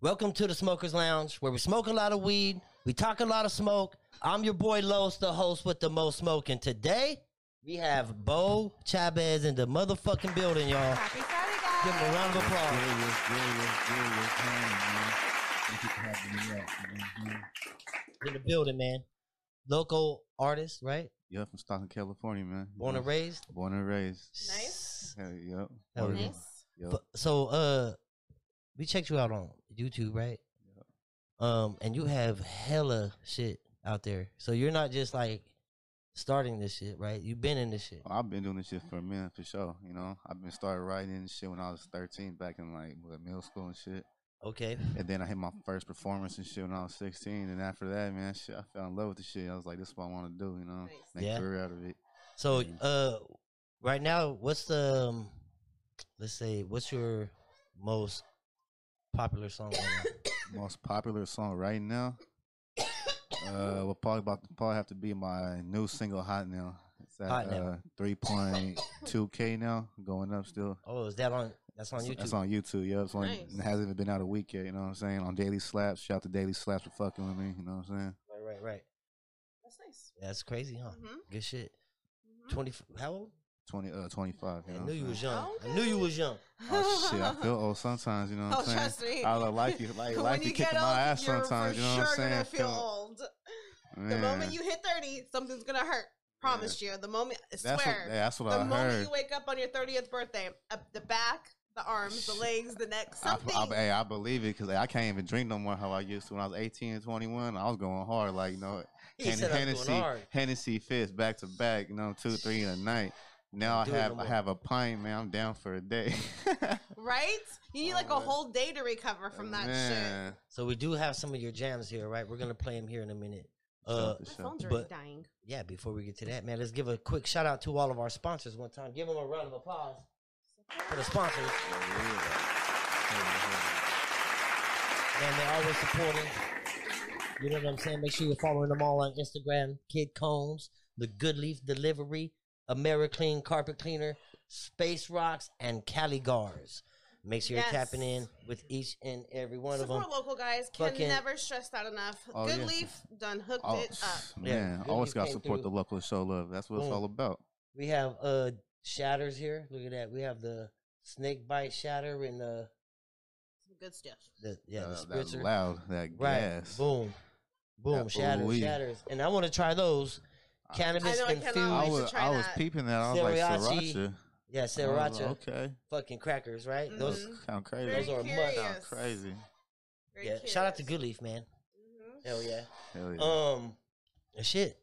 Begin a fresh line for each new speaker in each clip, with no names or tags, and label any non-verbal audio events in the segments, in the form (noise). Welcome to the Smokers Lounge, where we smoke a lot of weed, we talk a lot of smoke. I'm your boy Los, the host with the most smoke, and today we have Bo Chavez in the motherfucking building, y'all.
Happy Friday,
Give him a
guys.
round of applause.
Glorious, glorious, glorious time, man. Thank you for having me up. You know what I'm saying?
In the building, man. Local artist, right?
Yeah, from Stockton, California, man.
Born and
Yeah.
raised.
Born and raised.
Nice.
Hell, yep.
Hell
Born
yeah.
and raised.
Nice.
Yep.
But- So uh we checked you out on YouTube, right? Um, and you have hella shit out there. So you're not just like starting this shit, right? You've been in this shit.
Oh, I've been doing this shit for a minute, for sure. You know, I've been started writing and shit when I was 13, back in like what, middle school and shit.
Okay.
And then I hit my first performance and shit when I was 16. And after that, man, shit, I fell in love with the shit. I was like, this is what I want to do, you know,
Nice.
make
Yeah.
a career out of it.
So
Mhm.
uh right now, what's the um, let's say what's your most popular song right
(coughs)
now?
Most popular song right now, uh, will probably about probably have to be my new single, Hot Now. It's at
Hot Now.
uh, 3.2k now, going up still.
Oh, is that on that's on
It's-
YouTube?
It's on YouTube. Yeah, it's on.
Nice.
It hasn't even been out a week yet. You know what I'm saying? On Daily Slaps. Shout out to Daily Slaps for fucking with me. You know what I'm saying?
Right, right, right.
That's nice.
That's crazy, huh?
Mm-hmm.
Mhm.
Good shit.
Mhm.
Twenty f- how old?
Twenty uh twenty five. Mm-hmm. You know
I knew
what I'm
you was
saying?
young. I
Okay.
knew you was young. (laughs)
Oh
(laughs)
shit, I feel old sometimes. You know what
Oh,
I'm saying?
trust me.
I
(laughs)
look like you, like
When
like you
you
kicking
get
my
old,
ass
you're
sometimes.
For
You know what I'm
sure
saying?
gonna feel old. The moment
man,
you hit thirty, something's gonna hurt. Promise you. The moment, I swear.
that's what that's what
the
I
moment
heard.
you wake up on your thirtieth birthday, up the back, the arms, the
Shit.
legs, the neck,
I,
something.
I, hey, I believe it because I can't even drink no more how I used to when I was 18 and 21. I was going hard, like you know,
He
Hen-
said I was
Hennessy,
going hard.
Hennessy fist back to back, you know, two, three in a night. Now I
Don't do it
have
no
I
more.
have a pint, man. I'm down for a day.
right? You need like a
Oh, man.
whole day to recover (laughs) from that shit.
Man.
So we do have some of your jams here, right? We're gonna play them here in a minute. Uh,
For
My
sure.
phone's
but-
already dying.
yeah. Before we get to that, man, let's give a quick shout out to all of our sponsors. One time, give them a round of applause for the sponsors. Man, they're always supporting. You know what I'm saying? Make sure you're following them all on Instagram. Kid Combs, The Good Leaf Delivery, AmeriClean Carpet Cleaner, Space Rocks, and Cali Gars. Make sure you're
Yes.
tapping in with each and every one of them.
Support local guys. Can
Fucking-
never stress that enough.
Oh,
Good
yeah.
leaf done hooked
Oh,
it up.
Yeah,
man,
Goodies
always gotta
came
support
through.
the local show love. That's what
Boom.
it's all about.
We have uh shatters here. Look at that. We have the snake bite shatter and the
Some good stuff.
the yeah the
Uh, that
spritzer.
loud, that
Right.
gas.
Boom. Boom.
That
shatters.
ooh-wee.
Shatters. And I want to try those.
I-
Cannabis
I know I cannot
infused.
I
wait to
was
try
I was
that.
peeping that. I was like
Sriracha.
sriracha.
yeah,
I was like,
sriracha.
Okay.
Fucking crackers, right? Those.
Mhm.
Sound crazy.
Very
Those are mud.
curious.
Sound crazy.
Very
Yeah. Shout out to
curious.
Good Leaf, man.
Mhm.
Hell yeah.
Hell yeah.
Um, shit.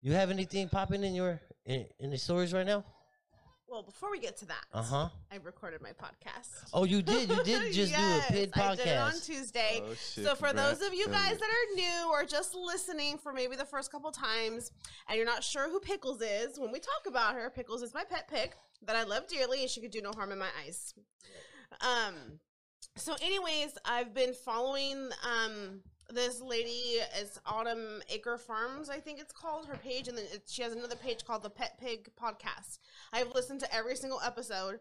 You have anything popping in your in, in the stories right now?
Well, before we get to that,
Uh huh.
I recorded my podcast.
Oh, you did. You
(laughs)
did just do a pit
I did it on
podcast.
Tuesday.
Oh, shit,
so for
congrats.
those of you
Hell
guys
yeah.
that are new or just listening for maybe the first couple times and you're not sure who Pickles is, when we talk about her, Pickles is my pet pig that I love dearly and she could do no harm in my eyes. Um so anyways, I've been following um this lady it's Autumn Acre Farms, I think it's called her page, and then it, she has another page called the Pet Pig Podcast. I've listened to every single episode.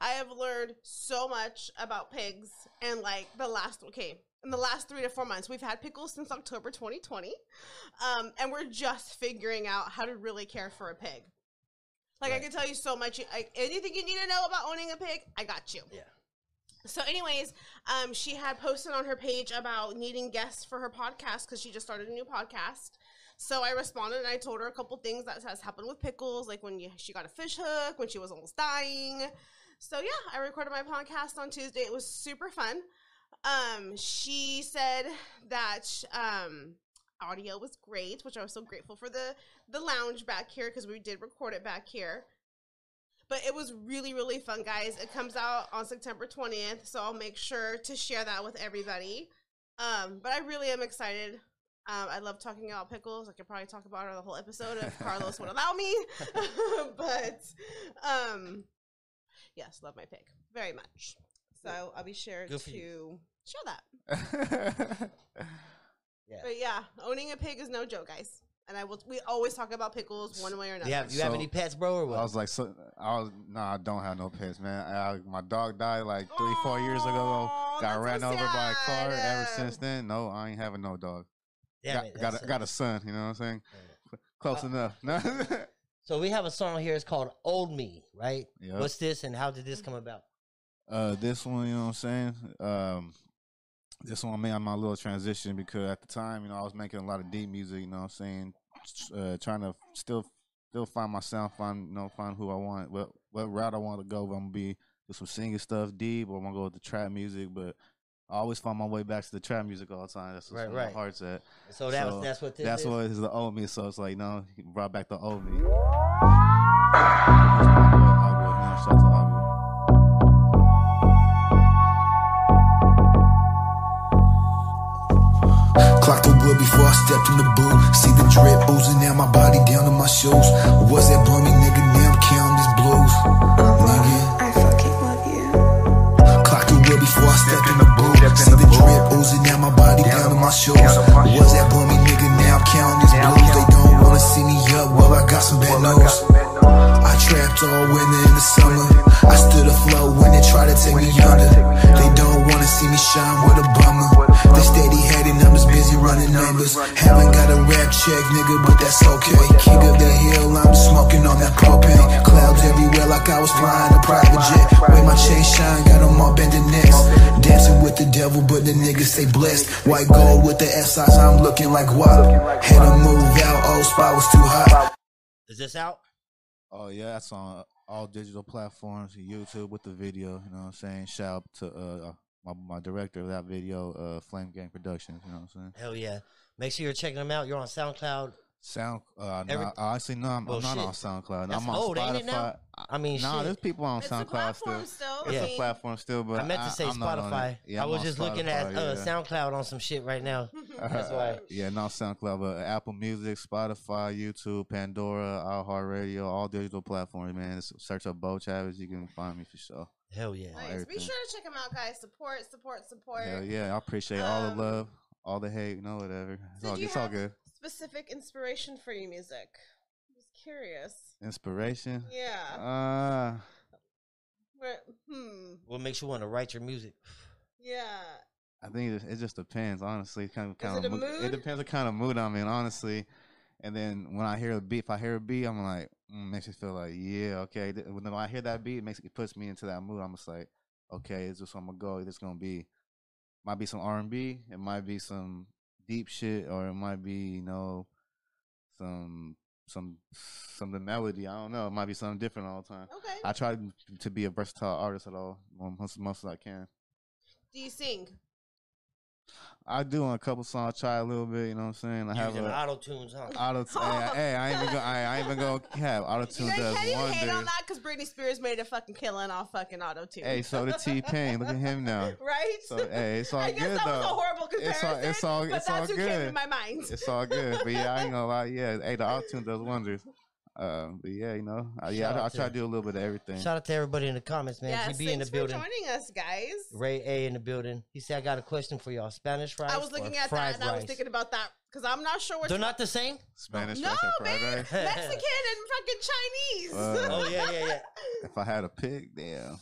I have learned so much about pigs and like the last okay in the last three to four months we've had pickles since October 2020, um, and we're just figuring out how to really care for a pig. Like
Right.
I can tell you so much. I, anything you need to know about owning a pig, I got you.
Yeah.
So, anyways, um, she had posted on her page about needing guests for her podcast because she just started a new podcast. So I responded and I told her a couple things that has happened with pickles, like when you, she got a fish hook, when she was almost dying. So yeah, I recorded my podcast on Tuesday. It was super fun. Um, she said that um, audio was great, which I was so grateful for the the lounge back here because we did record it back here. But it was really, really fun, guys. It comes out on September 20th, so I'll make sure to share that with everybody. Um, but I really am excited. Um, I love talking about pickles. I could probably talk about her the whole episode if Carlos would allow me. (laughs) but um, yes, love my pig very much. So I'll be sure to
Good for you.
share that.
Yeah.
But yeah, owning a pig is no joke, guys. And I will. We always talk about pickles one way or another.
You have you have (laughs)
So-
any pets, bro, or what?
I was like, so I was no, I don't have no pets, man. I, my dog died like three, four years ago.
Aw,
Got ran
that's so
over by a car. Ever
sad.
since then, no, I ain't having no dog.
Damn
got
it,
got,
that's
a,
it.
got a son. You know what I'm saying? Close
Uh,
enough. (laughs) No.
So we have a song here. It's called "Old Me," right?
Yep.
What's this, and how did this
Mm-hmm.
come about?
Uh, this one, you know what I'm saying? Um, this one I made on my little transition because at the time, you know, I was making a lot of deep music. You know what I'm saying? Tr- Uh, trying to still still find myself, find you know, find who I want, what what route I want to go. If I'm gonna be do some singing stuff deep, or I'm gonna go with the trap music. But I always find my way back to the trap music all the time. That's where
Right,
my
right.
heart's at.
So that
So
was that's what this
That's
is.
what is the old me. So it's like, no, he brought back the old me.
Clock the wood before I stepped in the booth. See the drip oozing down my body, down to my shoes. Was that bummy nigga? Now I'm counting these blues. Nigga.
I fucking love you.
Clock the wood before I stepped in the booth. See the drip oozing down my body, down to my shoes. Was that bummy nigga? Now I'm counting these blues. They don't wanna see me up, well I got some bad news. I trapped all winter in the summer. I stood afloat when they tried to take me under. They don't wanna see me shine, what a bummer. They steady heading, I'm just busy running numbers. Haven't got a rap check, nigga, but that's okay. King of the hill, I'm smoking on that propane. Clouds everywhere, like I was flying a private jet. Way my chain shine, got 'em all bending necks. Dancing with the devil, but the niggas stay blessed. White gold with the S eyes, I'm looking like WAP. Had to move out, old spot was too hot.
Is this out?
Oh yeah, that's on all digital platforms, YouTube with the video. You know what I'm saying? Shout out to uh, my my director of that video, uh, Flame Gang Productions. You know what I'm saying?
Hell yeah! Make sure you're checking them out. You're on SoundCloud.
Sound. Uh,
Every-
no, honestly, no, I'm,
Well,
I'm not
shit.
on SoundCloud.
That's
I'm on
old,
Spotify.
ain't it now? I mean,
nah,
shit.
there's people on
It's a
SoundCloud
platform
still.
still.
It's
I
a
mean, (laughs)
platform still, but
I meant to say
I'm not on
Spotify.
it. Yeah,
I
I'm
was
on
just looking at
Spotify,
uh,
yeah.
SoundCloud on some shit right now. That's why.
Yeah, not SoundCloud, but Apple Music, Spotify, YouTube, Pandora, iHeartRadio, all digital platforms, man. Just search up Bo Chavez, you can find me for sure.
Hell yeah!
Nice.
everything.
Be sure to check them out, guys. Support, support, support.
Hell yeah, I appreciate all the
Um,
love, all the hate, you know, whatever. It's,
So
all,
do you
it's all
have-
good.
Specific inspiration for your music. I'm just curious.
Inspiration.
Yeah.
Uh,
Where- hmm.
What makes you want to write your music?
Yeah.
I think it just, it just depends, honestly. Kind of, kind
it
of
a
It
mood?
depends on kind of mood I'm in, honestly. And then when I hear a beat, if I hear a beat, I'm like, mm, makes me feel like, yeah, okay. Th- When I hear that beat, it makes it puts me into that mood. I'm just like, okay, is this what I'm gonna go? Is this gonna be? Might be some R&B, it might be some deep shit, or it might be you know, some some some the melody. I don't know. It might be something different all the time.
Okay.
I try to- to be a versatile artist at all, most, most as I can.
Do you sing?
I do on a couple songs. Try a little bit. You know what I'm saying? I have
Using
a
auto tunes, huh?
(laughs)
auto. Hey, I- hey, I ain't even go. I, I ain't even go. Have auto
You
tune
guys,
does
how do you hate on
wonders.
that? Because Britney Spears made a fucking killing off fucking auto tune.
Hey, so did T Pain. Look at him now.
(laughs) right?
So hey, it's
(laughs)
all
I guess
good
that
though.
was a horrible comparison.
It's all- it's all-
but
it's
that's
all
who came
good.
to my mind.
It's all good. But yeah, I ain't gonna lie. Yeah, hey, the auto tune does wonders. Um, but yeah, you know, I, yeah,
Shout
I, I
out to-
try to do a little bit of everything.
Shout out to everybody in the comments, man. GB
yes,
in the
thanks for
building.
joining us, guys.
Ray A in the building. He said, "I got a question for y'all. Spanish rice.
I was looking
or
at
fried
that and I was
rice?
thinking about that because I'm not sure which
They're not the same. (laughs)
Spanish
No,
rice and fried
man.
rice.
(laughs) Mexican and fucking Chinese. (laughs)
Uh,
Oh yeah, yeah, yeah.
If I had a pig, damn.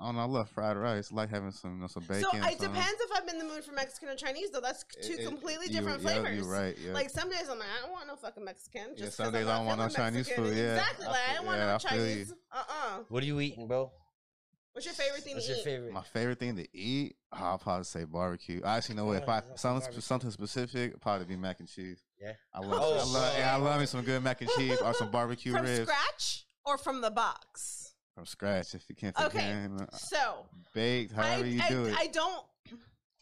I don't know. I love fried rice. I like having some, you know, some bacon.
so it
some-
depends if I'm in the mood for Mexican or Chinese, though. That's
It-
two
it-
completely
you-
different
yeah,
flavors.
You're right. Yeah.
Like some days I'm like, I don't want no fucking Mexican. Just 'cause
some
I'm
days
not
I don't want no
feeling
Chinese
Mexican.
food, yeah.
Exactly.
I
Like, I
feel-
don't want
yeah,
no
I feel you.
Chinese. Uh uh
What are you eating, bro?
(laughs) What's your favorite thing
What's
to
your
eat?
favorite?
My favorite thing to eat, oh, I'll probably say barbecue. I actually know what if I
Yeah,
something
barbecue.
sp- something specific, probably be mac and cheese.
Yeah.
I love
Oh,
I love, yeah, I love me some good mac and cheese or some barbecue
From
ribs
scratch or from the box?
from scratch. If you can't, if you
Okay.
can, uh,
So
baked, however
I,
you
I,
do it.
I don't.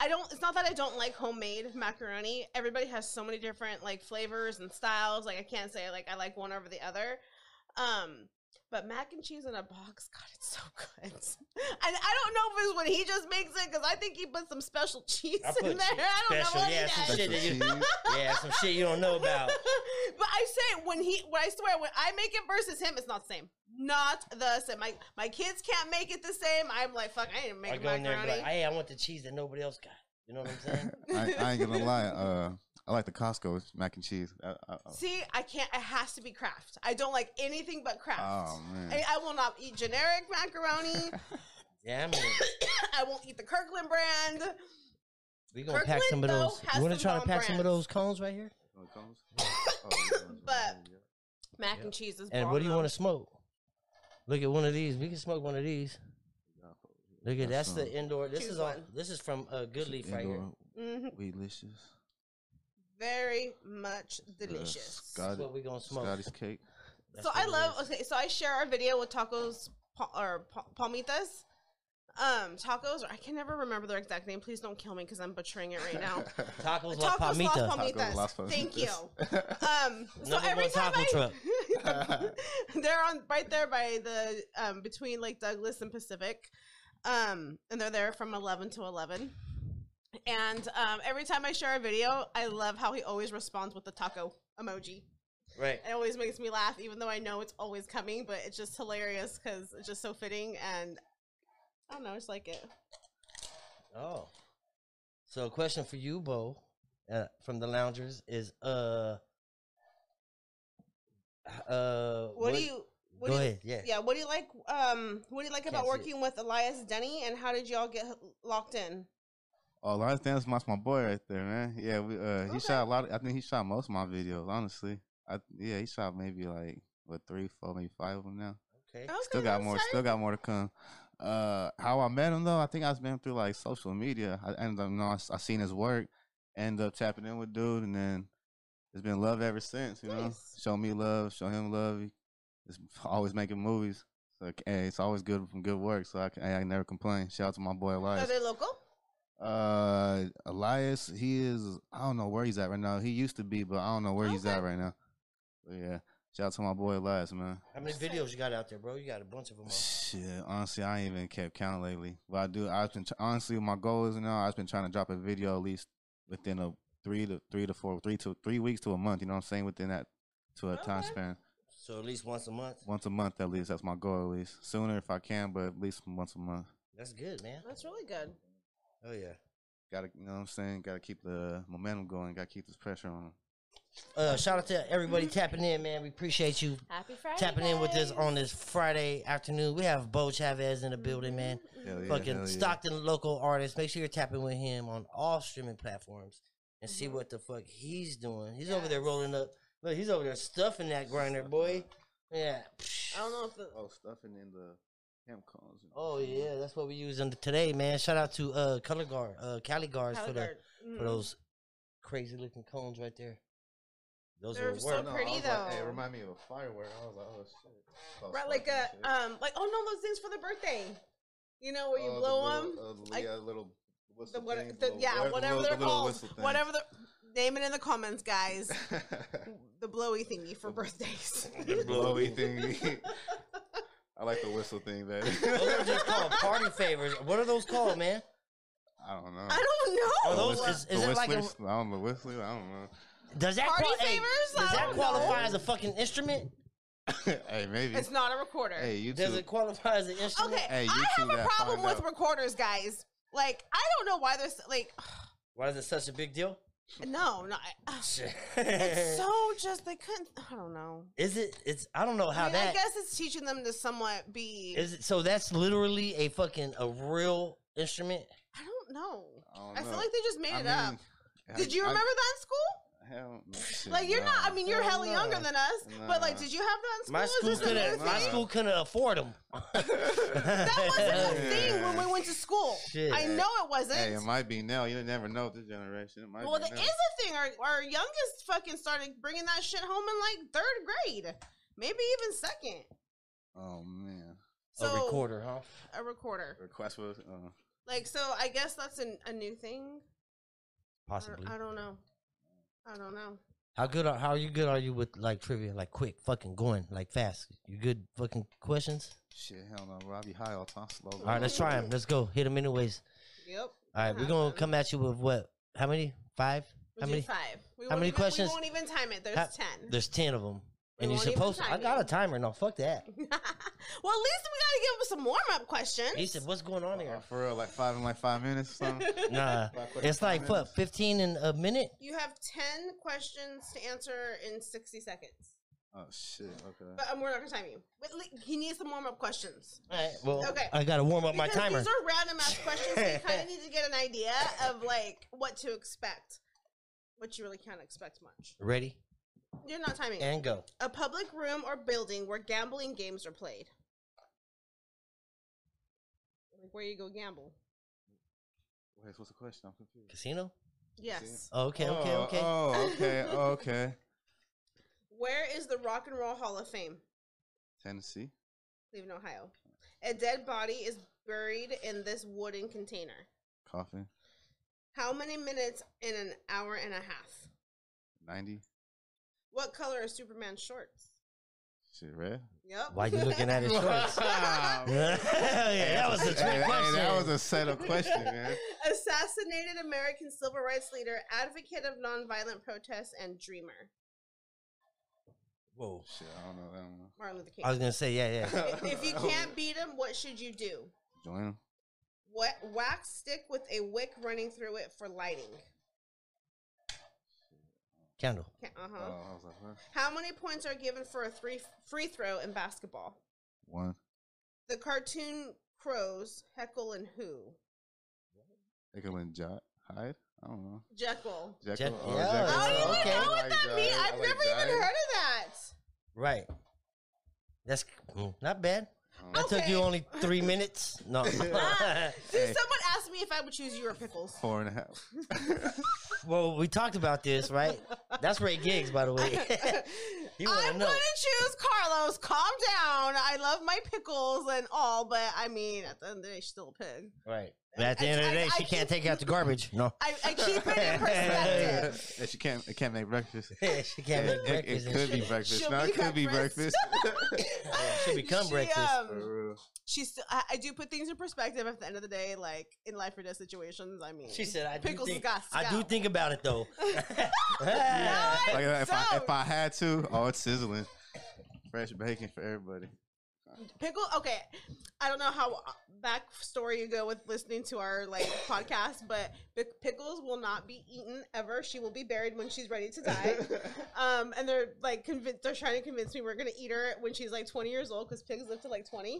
I don't. It's not that I don't like homemade macaroni. Everybody has so many different like flavors and styles. Like I can't say like I like one over the other. Um, but mac and cheese in a box, God, it's so good. (laughs) And I don't know if it's when he just makes it because I think he put some special (laughs) cheese
I
in there.
put shit
I don't
special,
know what
yeah,
he
some
does.
Special
shit that (laughs) you-
cheese.
(laughs) yeah, some shit you don't know about.
but I say when he, when I swear, when I make it versus him, it's not the same. Not the same. My my kids can't (laughs) make it the same. I'm like, fuck, I didn't make
I go in there and be
macaroni.
like, "Hey, I want the cheese that nobody else got." You know what I'm
(laughs)
saying?
I, I ain't gonna lie. Uh, I like the Costco mac and cheese. I, I, I-
See, I can't. It has to be craft. I don't like anything but craft.
oh man,
I, I will not eat generic
(laughs)
macaroni.
Damn it.
I won't eat the Kirkland brand.
We gonna pack some of
Kirkland,
those.
though, has
You wanna
some
try to
bomb
pack some of
brands.
those cones right here?
Oh, it comes? Oh, yeah, yeah,
But-
yeah.
Mac
Yeah.
and cheese is.
And
bomb,
what do you want
though.
to smoke? Look at one of these. We can smoke one of these. Look at that's the
some
indoor. This
Choose
is all.
one.
This is from uh, Goodleaf right here.
indoor
Mhm.
Weedlicious.
Very much delicious.
That's
Got it.
what we gonna smoke.
Scotty's cake.
That's
so
what
I
it
love.
is.
Okay, so I share our video with tacos pa- or pa- palmitas, um, tacos. I can never remember their exact name. Please don't kill me because I'm butchering it
(laughs)
right now.
tacos
tacos
la palmita.
las
Tacos
palmitas.
Las Palmitas.
Thank you. Um, so
Number
every
one
time
taco
I,
truck.
(laughs) they're on right there by the um between like Douglas and Pacific, um, and they're there from eleven to eleven. And um, every time I share a video, I love how he always responds with the taco emoji. (laughs)
right.
It always makes me laugh, even though I know it's always coming, but it's just hilarious because it's just so fitting. And I don't know, I just like it.
Oh. So, a question for you, Bo, uh, from the loungers is uh, uh,
What, do you? What
go
do you,
ahead. Yeah.
Yeah. What do you like? Um, what do you like about
see it.
working with Elias Denny, and how did y'all get h- locked in?
Oh, Lawrence Dance that's my boy right there, man. Yeah, we, uh,
Okay.
he shot a lot. Of, I think he shot most of my videos, honestly. I, yeah, he shot maybe like what three, four, maybe five of them now.
Okay.
Still
Okay,
got
I'm
more.
excited.
Still got more to come. Uh, how I met him though, I think I was been through like social media. I ended up, you know, I, s- I seen his work, ended up tapping in with dude, and then it's been love ever since. You know,
Nice.
show me love, show him love. He- It's always making movies. So like, hey, it's always good from good work. So I can, I can never complain. Shout out to my boy Elias.
Are they local?
Uh, Elias, he is. I don't know where he's at right now. He used to be, but I don't know where he's
Okay.
at right now. But yeah, shout out to my boy Elias, man.
How many videos you got out there, bro? You got a bunch of them. All.
Shit, honestly, I ain't even kept count lately. But I do. I've been tr- honestly, my goal is now. I've been trying to drop a video at least within a three to three to four, three to three weeks to a month. You know what I'm saying? Within that to a time
Okay.
span,
So at least once a month.
once a month at least. That's my goal at least. Sooner if I can, but at least once a month.
That's good, man.
That's really good.
Oh yeah.
Gotta, you know what I'm saying? Gotta keep the momentum going. Gotta keep this pressure on.
Uh, shout out to everybody
Mm-hmm.
tapping in, man. We appreciate you
Happy Friday.
tapping in with us on this Friday afternoon. We have Bo Chavez
Mm-hmm.
in the building, man.
Hell yeah,
fucking
hell yeah.
Stockton local artist. Make sure you're tapping with him on all streaming platforms and
Mm-hmm.
see what the fuck he's doing. He's over there rolling up. Look, he's over there stuffing that grinder, boy. Yeah.
I don't know if the,
Oh, stuffing in the hemp cones. and
Oh
shit.
yeah, that's what we using today, man. Shout out to uh Color Guard, uh Cali Guards
how
for
the
the
guard-
for
Mhm.
those crazy looking cones right there. Those
They're
are
so
work.
No, pretty,
I was Like, hey,
though.
it remind me of a firework. I was like, oh shit. Oh,
right, like a
fucking shit.
um, like oh no, those things for the birthday. You know where you
Oh, the
blow
little-
them.
uh, the-
like-
yeah, little whistle
the, what,
things,
the,
little
yeah,
whi-
whatever
little-
they're
the little
called,
whistle things. (laughs)
whatever the name it in the comments, guys. the blowy thingy for birthdays.
(laughs) the blowy
(laughs)
thing. I like the whistle thing, man.
Oh,
Those are just
(laughs)
called party favors. What are those called, man?
(laughs) I don't know.
I don't know.
Are
uh,
The
those-
whistler-
is- is
the
it like a-
whistlers? I don't know whistler. I don't know. (laughs)
Does that
Party
qual- hey,
favors?
does
I
that
don't
qualify
know.
as a fucking instrument?
hey, maybe.
It's not a recorder.
Hey, you
Does
too.
it qualify as an instrument?
okay, I
Hey, YouTube
have a
gotta
problem
find
with
out.
recorders, guys. Like, I don't know why there's like, (sighs)
Why is it such a big deal?
no, no. I- (sighs)
(laughs)
ugh. It's so just they couldn't. I don't know.
(laughs) is it? It's I don't know how
I, mean, I
that
guess it's teaching them to somewhat be.
is. It, so that's literally a fucking a real instrument.
I don't know.
I, don't
I feel
know.
like they just made
I
it up.
mean, I-
Did you
I-
remember that in school?
Hell,
(laughs)
no, shit,
Like you're
nah.
not. I mean, you're
Hell
hella younger
no.
than us. But like,
Nah.
did you have that in school?
My
Is
school
this a new
couldn't. My
thing?
school couldn't afford
(laughs)
them.
That
(laughs)
wasn't a
(laughs) Yeah.
thing when we went to school.
Shit.
I know it wasn't.
Hey, it might be now. You never know with this generation. It might
well,
be
there
now.
is a thing. Our, our youngest fucking started bringing that shit home in like third grade, maybe even second.
Oh man,
a recorder, huh?
A recorder.
request was. Uh,
Like, so I guess that's an, a new thing. I don't-
Possibly.
I don't know. I don't know.
How good? Are, how you good are you with like trivia? Like quick, fucking going, like fast. You good? Fucking questions.
shit, hell no, bro. I be high all the time. Slow.
All right, let's try them. Let's go. Hit them anyways.
Yep.
All right, we're gonna come at you with what? How many? Uh, Five?
We'll
How
do
many?
five. We
how
won't
many
even,
questions?
We won't even time it. There's
How-
ten.
There's ten of them. And
We
you're
won't even
supposed to. I
time
got
you.
a timer. No, fuck that.
(laughs) Well, at least we gotta give him some warm up questions.
He said, "What's going on (laughs)
Uh,
here?"
for real, like five in like five minutes or something.
(laughs)
Nah,
Five questions,
it's like
five
what,
minutes.
fifteen in a minute?
You have ten questions to answer in sixty seconds,
Oh shit. Okay.
but um, we're not gonna time you. But le- he needs some warm up questions.
All right. Well,
Okay.
I gotta warm up Oh, my
Because
timer.
These are random ass
(laughs)
questions. So you kind of need to get an idea of like what to expect, which you really can't expect much.
Ready
You're not timing.
and go.
a public room or building where gambling games are played. Like where you go gamble.
Wait, what's the question? I'm confused.
Casino.
Yes.
Oh, okay. Okay.
Oh,
Okay. (laughs)
Oh, okay. Okay.
Where is the Rock and Roll Hall of Fame?
Tennessee.
Cleveland, Ohio. A dead body is buried in this wooden container.
Coffin.
How many minutes in an hour and a half?
Ninety.
What color is Superman's shorts?
Shit, red.
Yep.
Why you looking at (laughs)
(laughs)
his shorts? (laughs)
Wow.
yeah, that was a
Hey,
trick
hey,
question.
that was a setup
(laughs)
question, man.
Assassinated American civil rights leader, advocate of nonviolent protests, and dreamer.
Whoa.
Shit, I don't know. I Oh. don't know.
Martin Luther King.
I was gonna say yeah, yeah.
(laughs)
If- if you can't beat him, what should you do?
join him,
What wax stick with a wick running through it for lighting?
Candle.
Uh huh.
oh, I was like, huh?
How many points are given for a three free throw in basketball?
one.
The cartoon crows heckle and who?
Jekyll and Jot Hyde. I don't know.
Jekyll.
Jekyll.
Jekyll,
oh,
yeah.
Jekyll.
I don't even
Okay.
know
What
I
that
like
mean?
Jot. I
I've
like
never even
Jot.
heard of that.
Right. That's mm, not bad. That took you
Okay.
only three minutes. No. (laughs)
Dude,
Hey.
someone asked me if I would choose you or
(laughs)
pickles.
Four and a
(laughs)
half.
well, we talked about this, right? That's Ray Giggs, by the
(laughs)
way. (laughs) you
I'm
wanna know?
(laughs) gonna choose Carlos. Calm down. I love my pickles and all, but I mean, at the end of the day, she's still a pig.
Right. But at the
I-
end of the
I-
day,
I
she can't
keep-
take out the garbage.
(laughs)
No.
I, I keep it
(laughs)
in perspective.
Yeah, she can't. It can't make breakfast.
she can't
It,
make
it- it
breakfast. and
could
shit.
be breakfast.
She'll
No,
be
it could be
breakfast.
breakfast.
(laughs)
(laughs)
Yeah, she become breakfast.
Um,
For real.
she's still, I, I do put things in perspective at the end of the day, like in life or death situations. I mean,
she said, "I do
pickles
think,
got to
I do
go."
think about it
(laughs)
though."
I
Like that, if I if
don't.
I had to, oh, it's sizzling. Fresh bacon for everybody.
pickle. Okay, I don't know how backstory you go with listening to our like podcast, but Pic- pickles will not be eaten ever. She will be buried when she's ready to die. um, and they're like convinced. They're trying to convince me we're gonna eat her when she's like 20 years old because pigs live to like 20.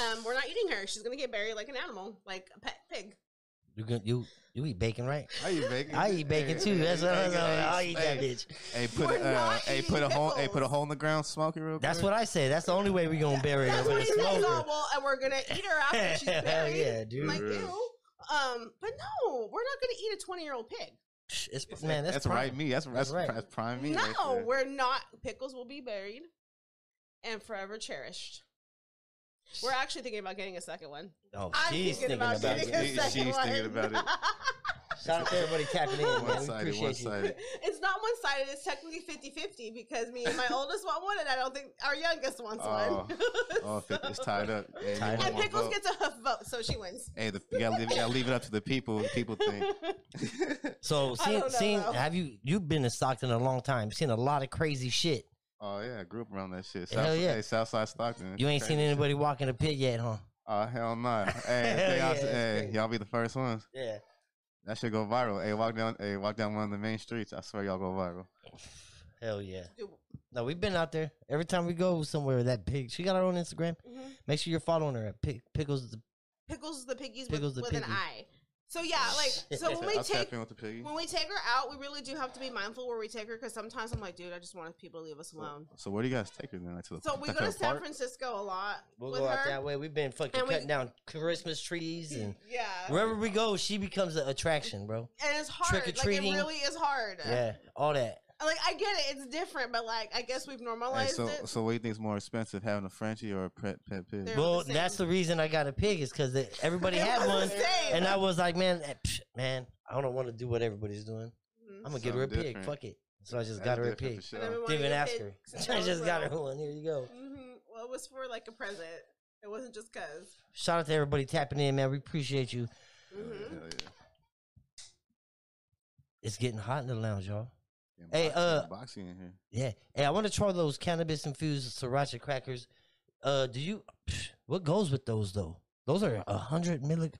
Um, we're not eating her. She's gonna get buried like an animal, like a pet pig.
(laughs) you can, you you eat bacon, right?
I eat bacon.
I eat bacon too. That's what I was
Hey,
like. I
hey,
eat that
hey,
bitch.
Hey, put
We're
a, uh,
not
hey,
eating
put a hole. Hey,
pickles.
put a hole in the ground. Smoke it real
That's
quick.
what I say. That's the only way we gonna bury her.
(laughs) That's what he
We're gonna
says.
smoke her.
Oh well, and we're gonna eat her after
(laughs)
she's
Hell
buried.
yeah, dude.
Like
Yeah.
ew. Um, but no, we're not gonna eat a twenty-year-old pig.
Psh, It's, man, that's,
that's
prime.
right me. That's
That's
that's,
right.
that's prime me. right
no,
there.
we're not. Pickles will be buried and forever cherished. We're actually thinking about getting a second
(laughs)
one. (laughs)
Oh,
I'm
she's thinking
thinking about
about,
getting (laughs) a
it.
She's
second one. (laughs)
thinking about it.
Shout out to everybody tapping in. Man. We
One sided. One
appreciate you.
sided.
it's not one sided, it's technically 50 50 because me
(laughs)
and my oldest want one, and I don't think our youngest wants
Oh.
one.
(laughs)
(laughs)
Oh, if it- it's tied up. Hey,
Tied
you
up.
want
and
one
Pickles
vote.
gets a hoof vote, so she wins.
Hey, the, you gotta leave, you gotta leave it up to the people. The people think.
So,
I
seeing,
don't know,
seeing,
though.
have you you've been in Stockton a long time? Seen a lot of crazy shit.
Oh yeah, group around that shit.
Hell
South,
yeah.
hey, Southside Stockton.
You ain't
Crazy
seen
shit.
anybody walking a pig yet, huh?
Oh hell
(laughs)
no. Hey,
Hell
if they all-
yeah, that's
hey,
crazy.
y'all be the first ones.
Yeah.
That should go viral. Hey, walk down. Hey, walk down one of the main streets. I swear y'all go viral.
Hell yeah.
(laughs) Dude,
No, we've been out there. Every time we go somewhere, that pig. She got her own Instagram.
mhm.
Make sure you're following her at Pick, Pickles. The,
Pickles the piggies
Pickles the
with, with an
piggy.
eye. So, yeah, like, so when we
Oh, I'll
take
tap in with the piggy.
When we take her out, we really do have to be mindful where we take her because sometimes I'm like, dude, I just want people to leave us alone.
So where do you guys take her then? Like to the (laughs)
So we
like
go to
the
San
park?
Francisco a lot
we'll
with
go out
her.
that way. We've been fucking
And we-
cutting down Christmas trees and
yeah,
wherever we go, she becomes an attraction, bro.
and it's hard. Like it
Trick-or-treating.
really is hard.
Yeah, all that.
like I get it, it's different, but like I guess we've
Hey,
normalized
so
it.
so what do you think is more expensive, having a Frenchie or a pet pet pig?
They're-
Well,
the
that's the
same.
reason I got a pig is because everybody
(laughs) It
had one,
was the same.
and I was like, man, eh, psh, man, I don't want to do what everybody's doing.
Mhm.
I'm gonna give her a
Something
pig.
different.
Fuck it. So I just
That's
got her a
different
pig.
for
And then we
sure.
wanted
Didn't even
to
ask
pick
her. (laughs)
some
I
as
just got her
well.
one. Here you go.
Mhm. Well, it was for like a present. It wasn't just because.
Shout out to everybody tapping in, man. We appreciate you.
Mm-hmm.
Mm-hmm.
Hell yeah.
It's getting hot in the lounge, y'all.
Damn,
Hey,
boxing-
uh,
boxing in here.
Yeah. Hey, I want to try those cannabis infused sriracha crackers. Uh, do you? (sniffs) What goes with those though? Those are a hundred milli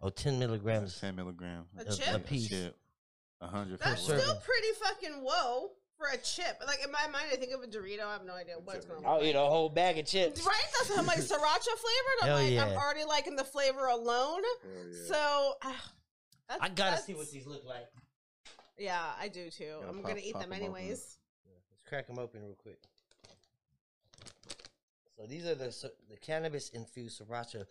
or ten milligrams.
ten milligram
A
Yeah,
chip?
A piece.
A hundred.
That's
for a
still
serving.
pretty fucking low for a chip. Like in my mind, I think of a Dorito. I have no idea what it's going to
I'll eat a whole bag of
Right?
chips.
That's
(laughs)
how I'm like sriracha flavored. I'm
Hell
like,
yeah.
I'm already liking the flavor alone.
Hell yeah.
So ah, that's,
I gotta see
that's-
what these look like.
Yeah, I do too.
Gotta
I'm
pop-
gonna eat
pop
them
'em open.
anyways.
Let's crack them open real quick. So these are the s- the cannabis infused sriracha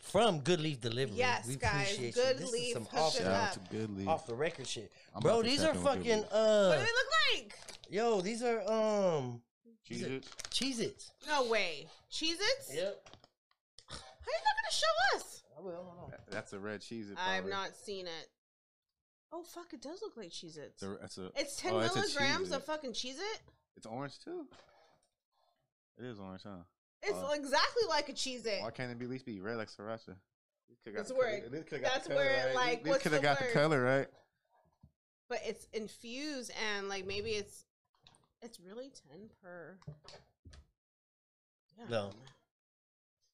from Good Leaf Delivery.
Yes, guys, Good
This is
Leaf
some
hooks
off,
it
Shout out
up.
to Good League.
off the record shit,
I'm
bro.
about to
these
check
are
on Good
fucking
Leaf.
What do
uh,
they look like?
yo. These are um,
Cheese
it.
it.
Cheez-Its.
No way. Cheez Its?
Yep.
How you not gonna show us?
I will. Hold on.
That- That's a red cheese. It
I've
probably.
not seen it. Oh fuck, it does look like Cheez Its.
It's a, that's a.
It's ten
oh, it's a
milligrams
Cheez-It.
of fucking Cheez It.
It's orange too. It is orange, huh?
It's
Uh,
exactly like a Cheez It.
Why can't it be at least be red like sriracha? These coulda got
That's
the color-
where-
these coulda got the
that's
color,
where,
right?
like,
These- these
what's
coulda
the
got
word?
the color right.
But it's infused and like maybe it's it's really ten per Yeah.
No.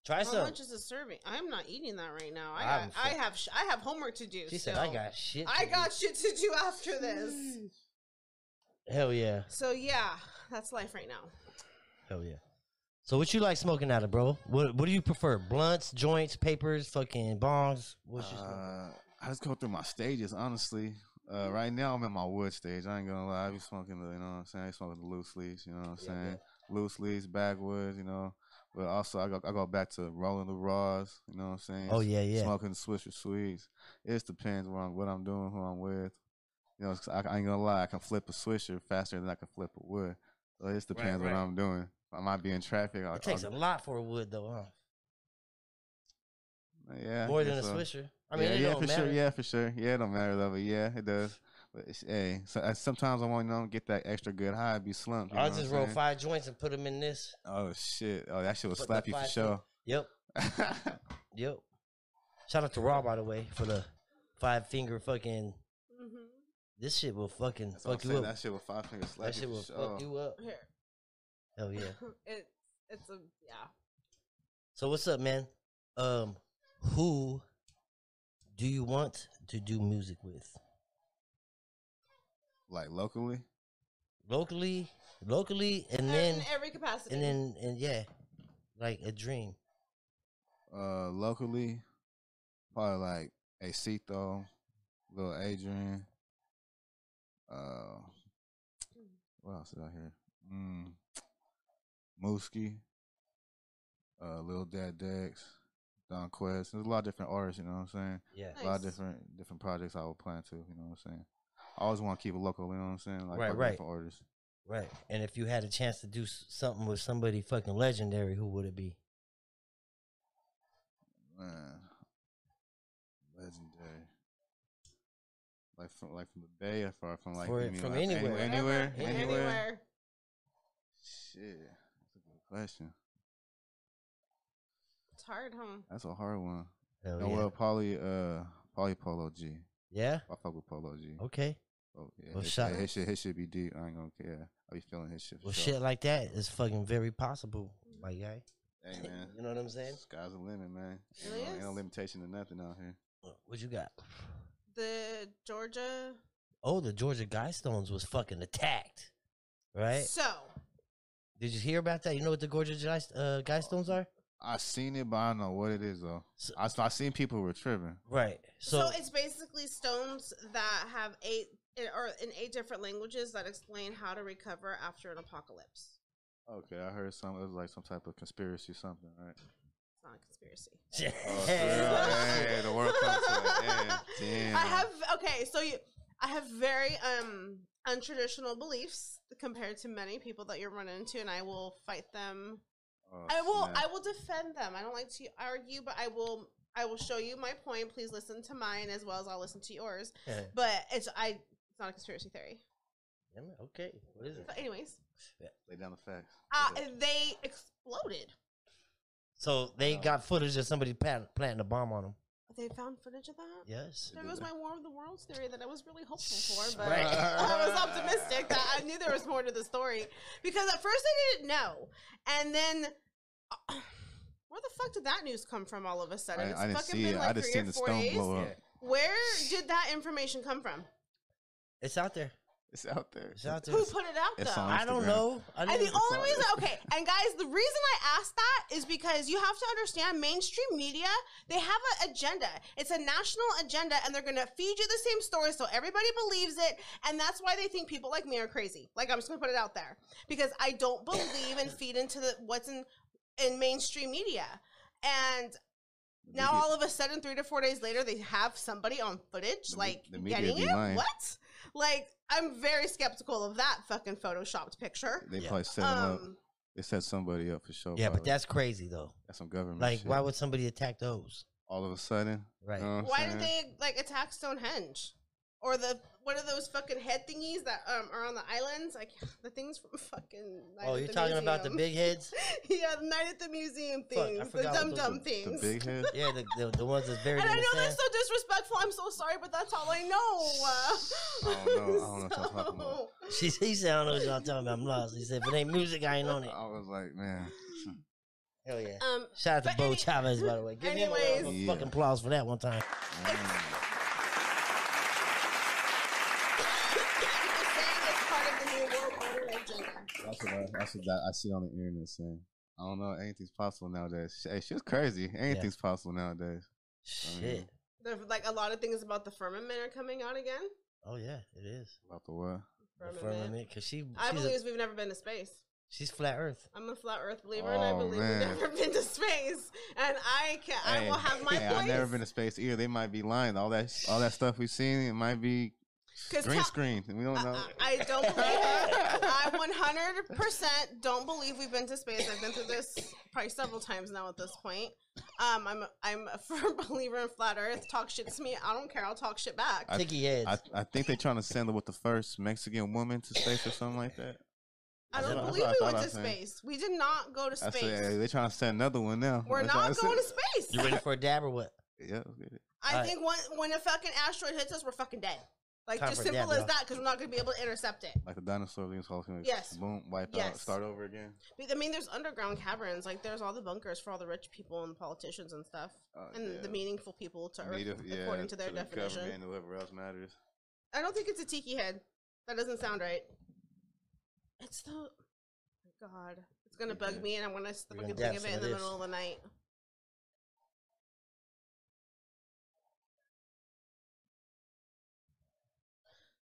Try
How
some.
much is a serving? I'm not eating that right now. I
I'm
got, I
fuck-
have sh- I have homework to do.
She said, "I
still.
got shit."
I
to
got shit to do after this.
do." Hell yeah,
So yeah, that's life right now.
hell yeah. So what you like smoking out of, bro? What What do you prefer? Blunts, joints, papers, fucking bongs. What's your smoking?
Uh, I just go through my stages, honestly. Uh, right now I'm in my wood stage. I ain't gonna lie. I be smoking the, you know what I'm saying. I be smoking the loose leaves, you know what I'm
Yeah, yeah.
saying. Loose leaves, backwoods, you know. But also I go, I go back to rolling the raws, you know what I'm saying.
Oh yeah, yeah.
Smoking Swisher Sweets. It just depends where I'm, what I'm doing, who I'm with. You know, 'cause I, I ain't gonna lie. I can flip a Swisher faster than I can flip a wood. So it just
Right,
depends
right.
what I'm doing. I might be in traffic. I'll,
It takes a
I'll-
lot for a wood though, huh?
yeah, I
More
guess
than a
so.
swisher. I mean,
yeah,
it
yeah,
don't
for
matter.
sure, yeah, for sure, yeah, it don't matter level, yeah, it does. But it's, hey, so I, sometimes I want to know, get that extra good high, be slumped. you
I
know
just
what I'm
roll
saying?
five joints and put them in this.
Oh shit! Oh, that shit will
Put
slap
the
you for
five
sure. (laughs)
Yep, yep. Shout out to Raw by the way for the five finger fucking.
hmm
This shit will fucking
That's what I'm
fuck you
saying.
up.
That shit will five finger slap
that shit
you
will
for
fuck
sure.
you up.
Here,
Hell yeah.
it, (laughs) it's a yeah.
So what's up, man? Um, who do you want to do music with?
Like locally,
Locally, locally, and
And
then
in every capacity.
and then and yeah, like a dream.
uh, locally, probably like Acito, little Adrian. Uh, what else is out here? Mm, Mooski, uh, Lil Dad Dex, Don Quest. There's a lot of different artists. You know what I'm saying?
Yeah,
A lot of
Nice.
different different projects I would plan to. You know what I'm saying? I always want to keep it local. You know what I'm saying? Like
Right,
fucking
right.
Different artists.
right. And if you had a chance to do s- something with somebody fucking legendary, who would it be?
Man, legendary. Like from like from the Bay or far from like
For-
you mean,
from
like,
anywhere.
anywhere,
Whatever,
anywhere,
yeah,
anywhere.
anywhere.
Shit, that's a good question.
It's hard, huh?
That's a hard one.
Hell
no,
Oh, yeah.
well, Polly, uh, Polly Polo G.
yeah.
I fuck with Polo G.
Okay.
Oh, yeah,
Well,
his,
shout-
his shit, his shit be deep. I ain't gonna care. I be feeling his shit. For
Well,
sure.
shit like that is fucking very possible. Like, guy. (laughs)
Hey man,
You know what I'm saying?
sky's the limit, man. Ain't
Really
no- ain't no
is.
limitation to nothing out here.
What you got?
The Georgia.
Oh, the Georgia Guidestones was fucking attacked. Right?
So
Did you hear about that? You know what the Georgia Guide- uh, Guidestones are?
I seen it, but I don't know what it is though.
So-
I I seen people who were tripping.
Right. (laughs)
so,
So,
it's basically stones that have eight eh, or in eight different languages that explain how to recover after an apocalypse.
Okay, I heard some. It was like some type of conspiracy, something, right?
It's not a conspiracy.
Oh, Hey, the world comes to an end. Damn.
I have okay, so you I have very um untraditional beliefs compared to many people that you run into and I will fight them.
Oh,
I will
snap.
I will defend them. I don't like to argue, but I will I will show you my point. Please listen to mine as well as I'll listen to yours.
Yeah.
But it's I it's not a conspiracy theory.
(laughs) Damn it, okay. What is it?
So anyways,
lay down the facts.
uh, they exploded.
So they
Oh.
got footage of somebody plant, planting a bomb on them.
They found footage of that?
Yes.
There was my War of the Worlds theory that I was really hopeful for, but
Right.
(laughs) I
(laughs)
was optimistic that I knew there was more to the story because at first I didn't know, and then uh, (sighs) where the fuck did that news come from all of a
I,
sudden? It's
I didn't
fucking
see
been
it.
like
I just
three or
seen the
four
stone
days.
blow up.
Yeah.
Where did that information come from?
It's out there.
It's out there.
It's out there.
Who put it out
It's
though?
on
I don't
Instagram.
know. I
And the
didn't-
only
all-
reason, okay, and guys, the reason I asked that is because you have to understand mainstream media, they have an agenda. It's a national agenda, and they're going to feed you the same story so everybody believes it. And that's why they think people like me are crazy. Like, I'm just going to put it out there because I don't believe and feed into the, what's in, in mainstream media. And now
Media-
all of a sudden, three to four days later, they have somebody on footage,
The me-
like
the media
getting
be
it.
lying.
What? Like, I'm very skeptical of that fucking photoshopped picture.
They
Yeah.
probably set 'em up.
Um,
They set somebody up for sure.
Yeah, but
probably.
that's crazy though.
that's some government.
Like,
Oh, shit. Oh.
why would somebody attack those?
all of a sudden?
Right.
know what I'm
why did
saying?
they like attack Stonehenge or the what are those fucking head thingies that um, are on the islands? Like (sighs) the things from fucking. Night
oh,
at
you're
the
talking about the
Museum.
big heads?
(laughs) yeah, the night at the museum
Fuck, I
things, the
forgot what
dumb
those
dumb
were.
things.
The big head.
Yeah, the, the, the ones that's buried
and
in
(laughs) I
the
know
sand.
that's so disrespectful. I'm so sorry, but that's all I know.
I don't know- I don't know what y'all talking
(laughs)
about.
She, he said, I don't know what y'all talking about. I'm lost. He said, if it ain't music, I ain't on it.
I was like, man, hmm,
Hell yeah.
So, um,
Shout out to
but
Bo
any-
Chavez, by the way. Give him a round of
anyways-
Yeah. Oh,
fucking applause for that one time.
mm,
it's saying it's part of the new world order agenda.
that's what I, that's what I, I see on the internet saying. I don't know. Anything's possible nowadays. Sh- Hey, she's crazy. Anything's possible nowadays.
Shit.
There, like a lot of things about the firmament are coming out again.
Oh, yeah, it is.
About the what?
The
firmament.
firmament, 'cause she,
I
she's, a-
believe we've never been to space.
she's flat earth.
I'm a flat Earth believer, and I
Oh,
believe
man.
we've never been to space. And I can, I
Hey,
will have my
hey,
points.
I've never been to space either. They might be lying. All that, all that stuff we've seen, it might be
'Cause
green
tell-
screen. We don't know.
Uh-uh, I don't believe it. I 100 percent don't believe we've been to space. I've been through this probably several times now at this point. Um, I'm a, I'm a firm (laughs) believer in flat Earth. Talk shit to me. I don't care. I'll talk shit back.
I-
Sticky heads.
I, I think they're trying to send her with the first Mexican woman to space or something like that.
I
that's
don't
what- that's
believe
what I
we went
thought I
to
seen.
space. We did not go to
I
space.
said hey, they're trying to send another one now.
We're
That's what I
not going to
said.
you
space.
ready for a dab or what?
Yeah, let's get it.
I
Alright.
think when when a fucking asteroid hits us, we're fucking dead. Like
Time
just
for a dab,
simple as
y'all.
that, because we're not gonna be able to intercept it.
like the dinosaur things. all gonna
Yes.
Boom, wipe out,
Yes.
start over again.
But, I mean, there's underground caverns. Like, there's all the bunkers for all the rich people and politicians and stuff,
Oh,
and
yeah.
the meaningful people to Earth,
Native- yeah,
according to their
the
definition.
government, whoever else matters.
I don't think it's a tiki head. That doesn't sound right. It's the my God. It's gonna bug me, and I want to
We're gonna
fucking think
dab
of
some
it in
of
the
this.
middle of the night.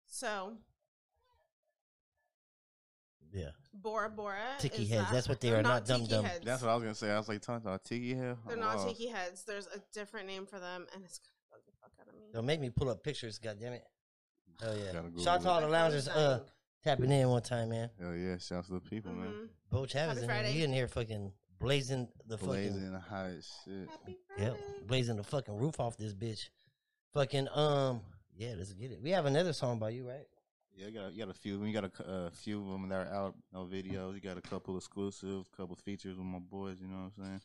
So
Yeah.
Bora Bora,
Tiki
is
heads,
that-
that's what they
they're
are, not
tiki
dum-dum.
heads.
That's what I was gonna say. I was like talking about Tiki Hill.
They're
Oh,
not
wow.
tiki heads. There's a different name for them, and it's gonna bug the fuck out of me.
Don't make me pull up pictures, goddammit. Hell
Gotta
yeah.
Google
Shout out
it.
to all the loungers uh, tapping in one time, man.
Hell yeah! Shouts to the people, man.
Mhm.
Bo Chavez
Happy
in here.
Friday.
He in here fucking blazing the fucking
Blazing hot as shit.
Happy
Yep,
Friday.
blazing the fucking roof off this bitch. Fucking um, yeah, let's get it. We have another song by you, right?
Yeah, you got, you got a few. We got a c- uh, few of them that are out. No videos. You got a couple exclusives, couple features with my boys. You know what I'm saying?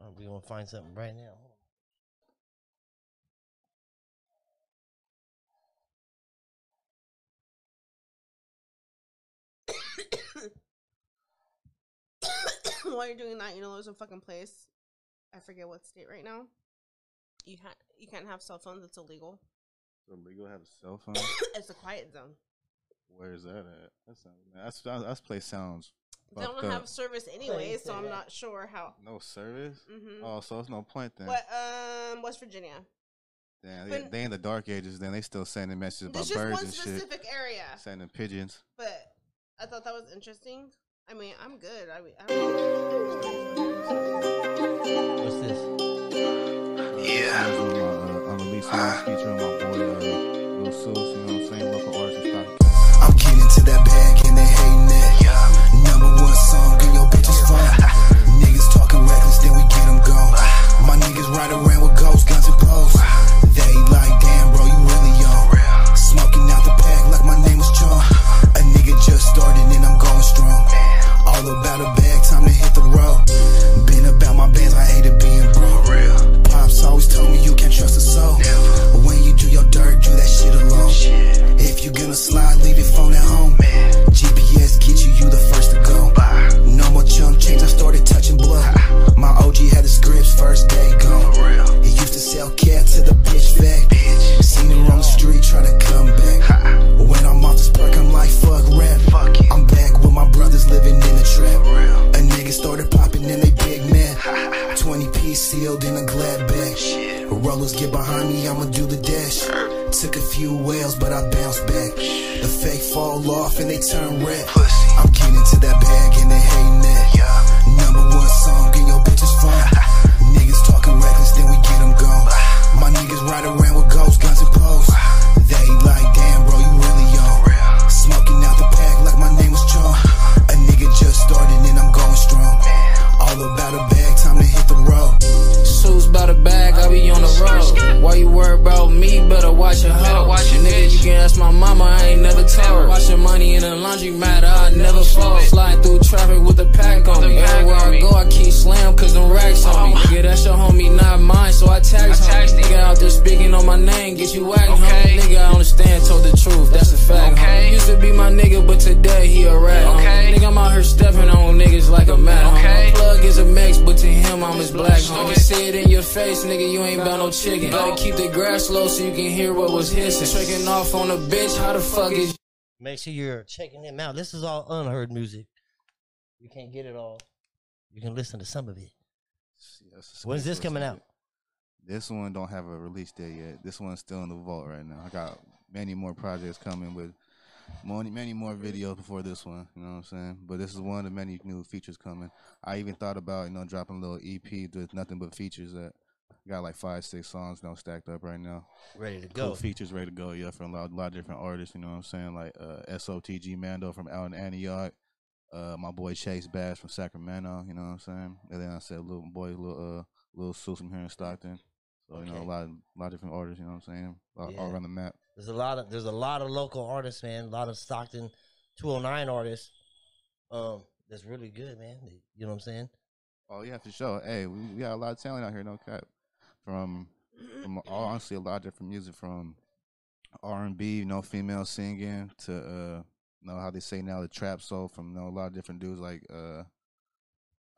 Or Oh, we gonna find something right now. Hold on.
(coughs) While you're doing that, you know there's a fucking place. I forget what state right now. You can't you can't have cell phones. It's illegal. (coughs)
So legal have a cell phone.
it's a quiet zone.
Where is that at? That sounds. That's that's, that's place sounds.
They don't
fucked up.
have service anyway, so I'm
that.
not sure how.
No service.
Mm-hmm.
Oh, so it's no point then.
But um, West Virginia.
Damn, they,
But-
they in the dark ages. Then they still sending messages about
There's just
birds
one
and shit.
specific area,
Sending pigeons.
but I thought that was interesting. I mean, I'm good. I, mean, I don't
What's this?
Yeah.
I'm releasing
Ah.
feature on my boy uh, Lil Seuss, You know what I'm saying? Local artist. and stuff.
I'm getting to that bag and they hating it. Number one song in your bitch's phone. Niggas talking reckless, then we get them gone. My niggas ride around with ghost guns and posts. They like, damn, bro, you really on. Smoking out the pack like my name was John. A nigga few whales, but I bounce back. The fake fall off and they turn red. I'm getting to that bag and they hating it. Number one song in your bitch's phone. Niggas talking reckless, then we get them gone. My niggas ride around with ghost guns and posts. They like, damn, bro, you really on. Smoking out the pack like my name was Chong. A nigga just started and I'm going strong. All about a bag, time to hit the road.
Suits by the bag, I be on the road. Why you worry about me? Better watch your hoe. Nigga, you can ask my mama, I ain't never told her. Watch your money in the laundry mat, I never fold. Slide through traffic with a pack on me. Everywhere I go, I keep slam, cause them racks on me. Nigga, that's your homie, not mine, so I tax him. Nigga out there speaking on my name, get you whacked, homie. Nigga, I understand, told the truth, that's a fact, homie. Used to be my nigga, but today he a rat, homie. Nigga, I'm out here stepping on niggas like a man, homie. Plug is a mix, but to him, I'm his black, homie. Can see it in your face, nigga, you ain't bout no chicken. Gotta keep the grass low so you can hear what was hissing. Tricking off on a bitch, how the fuck is
Make sure you're checking him out. This is all unheard music. You can't get it all. You can listen to some of it.
Yes,
When's this coming out?
This one don't have a release date yet. This one's still in the vault right now. I got many more projects coming with many, many more videos before this one. You know what I'm saying? But this is one of many new features coming. I even thought about you know dropping a little EP with nothing but features that got like five, six songs now stacked up right now.
Ready to
Cool
go.
features ready to go. Yeah, from a lot, lot of different artists. You know what I'm saying? Like uh, SOTG Mando from out in Antioch. Uh, my boy Chase Bass from Sacramento. You know what I'm saying? And then I said little boy, little uh, little Sue from here in Stockton. So you know
Okay.
a lot, of, lot of different artists. You know what I'm saying? All, all
Yeah.
around the map.
There's a lot of there's a lot of local artists, man. A lot of Stockton 209 artists. Um, that's really good, man. You know what I'm saying?
Oh yeah, for sure. Hey, we, we got a lot of talent out here. No cap. From from all, honestly a lot of different music from R and B, you know, female singing to uh you know how they say now the trap soul from you know, a lot of different dudes like uh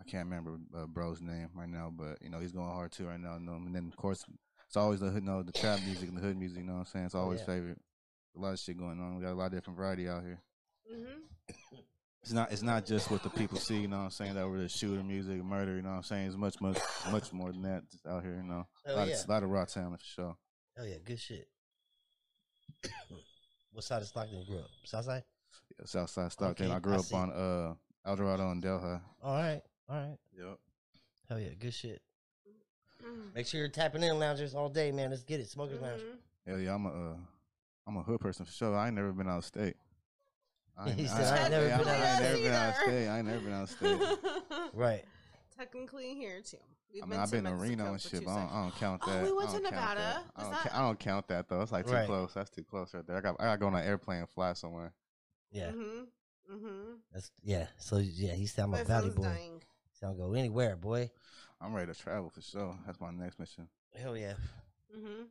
I can't remember uh, bro's name right now, but you know, he's going hard too right now, you know? and then of course it's always the hood you know, the trap music and the hood music, you know what I'm saying? It's always
yeah.
favorite. A lot of shit going on. We got a lot of different variety out here.
(coughs) Mm-hmm.
It's not it's not just what the people see, you know what I'm saying, that over the shooter music, murder, you know what I'm saying? It's much, much much more than that just out here, you know.
Hell
a lot,
yeah.
of, lot of raw talent for sure.
Oh yeah, good shit. (coughs) what side of Stockton you grew up? Southside?
Southside Stockton.
Okay,
I grew
I
up
see.
on uh El Dorado and Delhi.
All right. All right.
Yep.
Hell yeah, good shit.
Mm-hmm.
Make sure you're tapping in loungers all day, man. Let's get it. Smokers lounge.
Hell yeah, I'm a uh, I'm a hood person for sure. I ain't never been out of state.
(laughs)
I ain't,
He
I,
said, "I ain't never
yeah,
been
I
out of
ain't never
state
been
(laughs)
out of
either."
state. I ain't never been out
(laughs)
of state.
Right.
Mm-hmm. Technically here too. We've
I mean, I've
to
been to
Mexico
Reno and
for
shit,
two
but I don't, uh.
seconds.
I don't count
Oh,
that.
we went
I
to
don't count that.
Nevada.
I
Was
don't, ca-
that-
I don't count that though. It's like too
Right.
close. That's too close right there. I got I got to go on an airplane and fly somewhere.
Yeah.
Mm-hmm. Mm-hmm.
That's yeah. So yeah, he sound
My
my valley
phone's
boy.
dying.
Sound go anywhere, boy.
I'm ready to travel for sure. That's my next mission.
Hell yeah.
Mm-hmm.